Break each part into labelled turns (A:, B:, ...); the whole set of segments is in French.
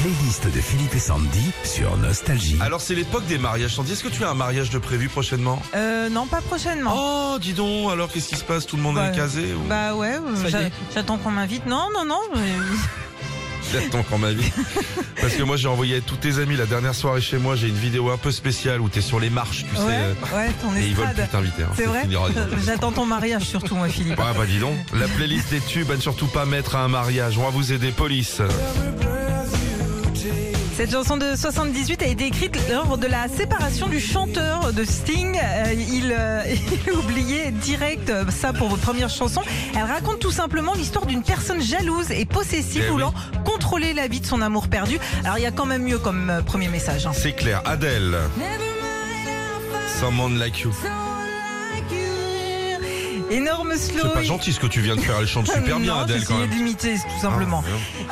A: playlist de Philippe et Sandy sur Nostalgie.
B: Alors c'est l'époque des mariages. Sandy, est-ce que tu as un mariage de prévu prochainement
C: Euh, non, pas prochainement.
B: Oh, dis donc, alors qu'est-ce qui se passe Tout le monde
C: Bah,
B: est casé ou...
C: Bah ouais, euh,
D: Ça y
C: j'a-
D: est.
C: j'attends qu'on m'invite. Non, non, non. mais-
B: J'attends quand ma vie. Parce que moi j'ai envoyé à tous tes amis la dernière soirée chez moi, j'ai une vidéo un peu spéciale où t'es sur les marches, tu sais. euh,
C: Ouais, ouais, ton
B: Et ils veulent plus
C: estrade.
B: t'inviter. hein.
C: C'est vrai
B: finira-
C: J'attends ton mariage surtout, moi, Philippe.
B: Ah bah dis donc, la playlist des tubes à ne surtout pas mettre à un mariage. On va vous aider, police.
C: Cette chanson de 78 a été écrite lors de la séparation du chanteur de Sting. Euh, il, euh, il oubliait direct euh, ça pour votre première chanson. Elle raconte tout simplement l'histoire d'une personne jalouse et possessive
B: Eh oui.
C: voulant contrôler la vie de son amour perdu. Alors il y a quand même mieux comme euh, premier message. hein.
B: C'est clair. Adèle, Someone Like You.
C: Énorme slow.
B: C'est pas gentil ce que tu viens de faire, elle chante super bien,
C: Non,
B: Adèle
C: parce
B: quand
C: qu'il est
B: même. Ah,
C: limité, tout simplement.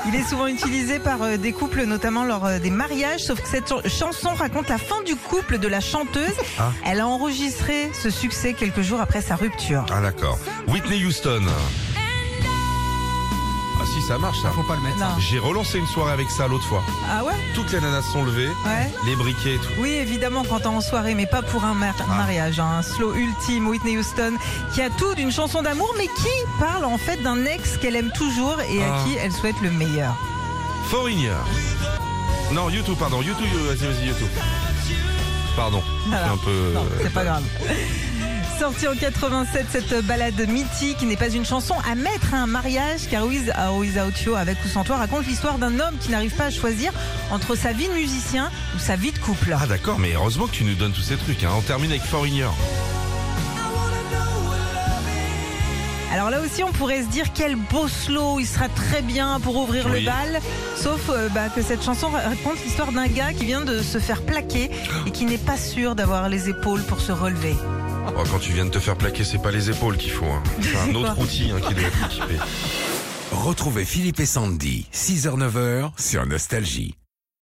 C: Il est souvent utilisé par euh, des couples, notamment lors euh, des mariages, sauf que cette chan- chanson raconte la fin du couple de la chanteuse.
B: Ah.
C: Elle a enregistré ce succès quelques jours après sa rupture.
B: Ah d'accord. Whitney Houston. Ah si ça marche ça.
D: Faut pas le mettre.
C: Non.
B: J'ai relancé une soirée avec ça l'autre fois.
C: Ah ouais
B: Toutes les nanas se sont levées,
C: Ouais.
B: les briquets et tout.
C: Oui, évidemment, quand t'es en soirée, mais pas pour un mar-
B: Ah.
C: mariage. hein. Un slow ultime, Whitney Houston, qui a tout d'une chanson d'amour, mais qui parle en fait d'un ex qu'elle aime toujours et
B: Ah.
C: à qui elle souhaite le meilleur.
B: Foreigner. Non, YouTube, pardon. YouTube, euh, vas-y, vas-y, YouTube. Pardon. C'est
C: Voilà.
B: un peu. euh,
C: Non, c'est pas grave. Sortie en 87, cette balade mythique n'est pas une chanson à mettre à un mariage, car With or Without You, avec ou sans toi, raconte l'histoire d'un homme qui n'arrive pas à choisir entre sa vie de musicien ou sa vie de couple.
B: Ah d'accord, mais heureusement que tu nous donnes tous ces trucs. Hein. On termine avec Oh, Foreigner.
C: Alors là aussi, on pourrait se dire quel beau slow, il sera très bien pour ouvrir
B: Oui.
C: le bal, sauf euh, bah, que cette chanson raconte l'histoire d'un gars qui vient de se faire plaquer
B: Ah.
C: et qui n'est pas sûr d'avoir les épaules pour se relever.
B: Oh, quand tu viens de te faire plaquer, c'est pas les épaules qu'il faut. Hein. C'est un autre outil hein, qui doit être équipé.
A: Retrouvez Philippe et Sandy, 6h-9h sur Nostalgie.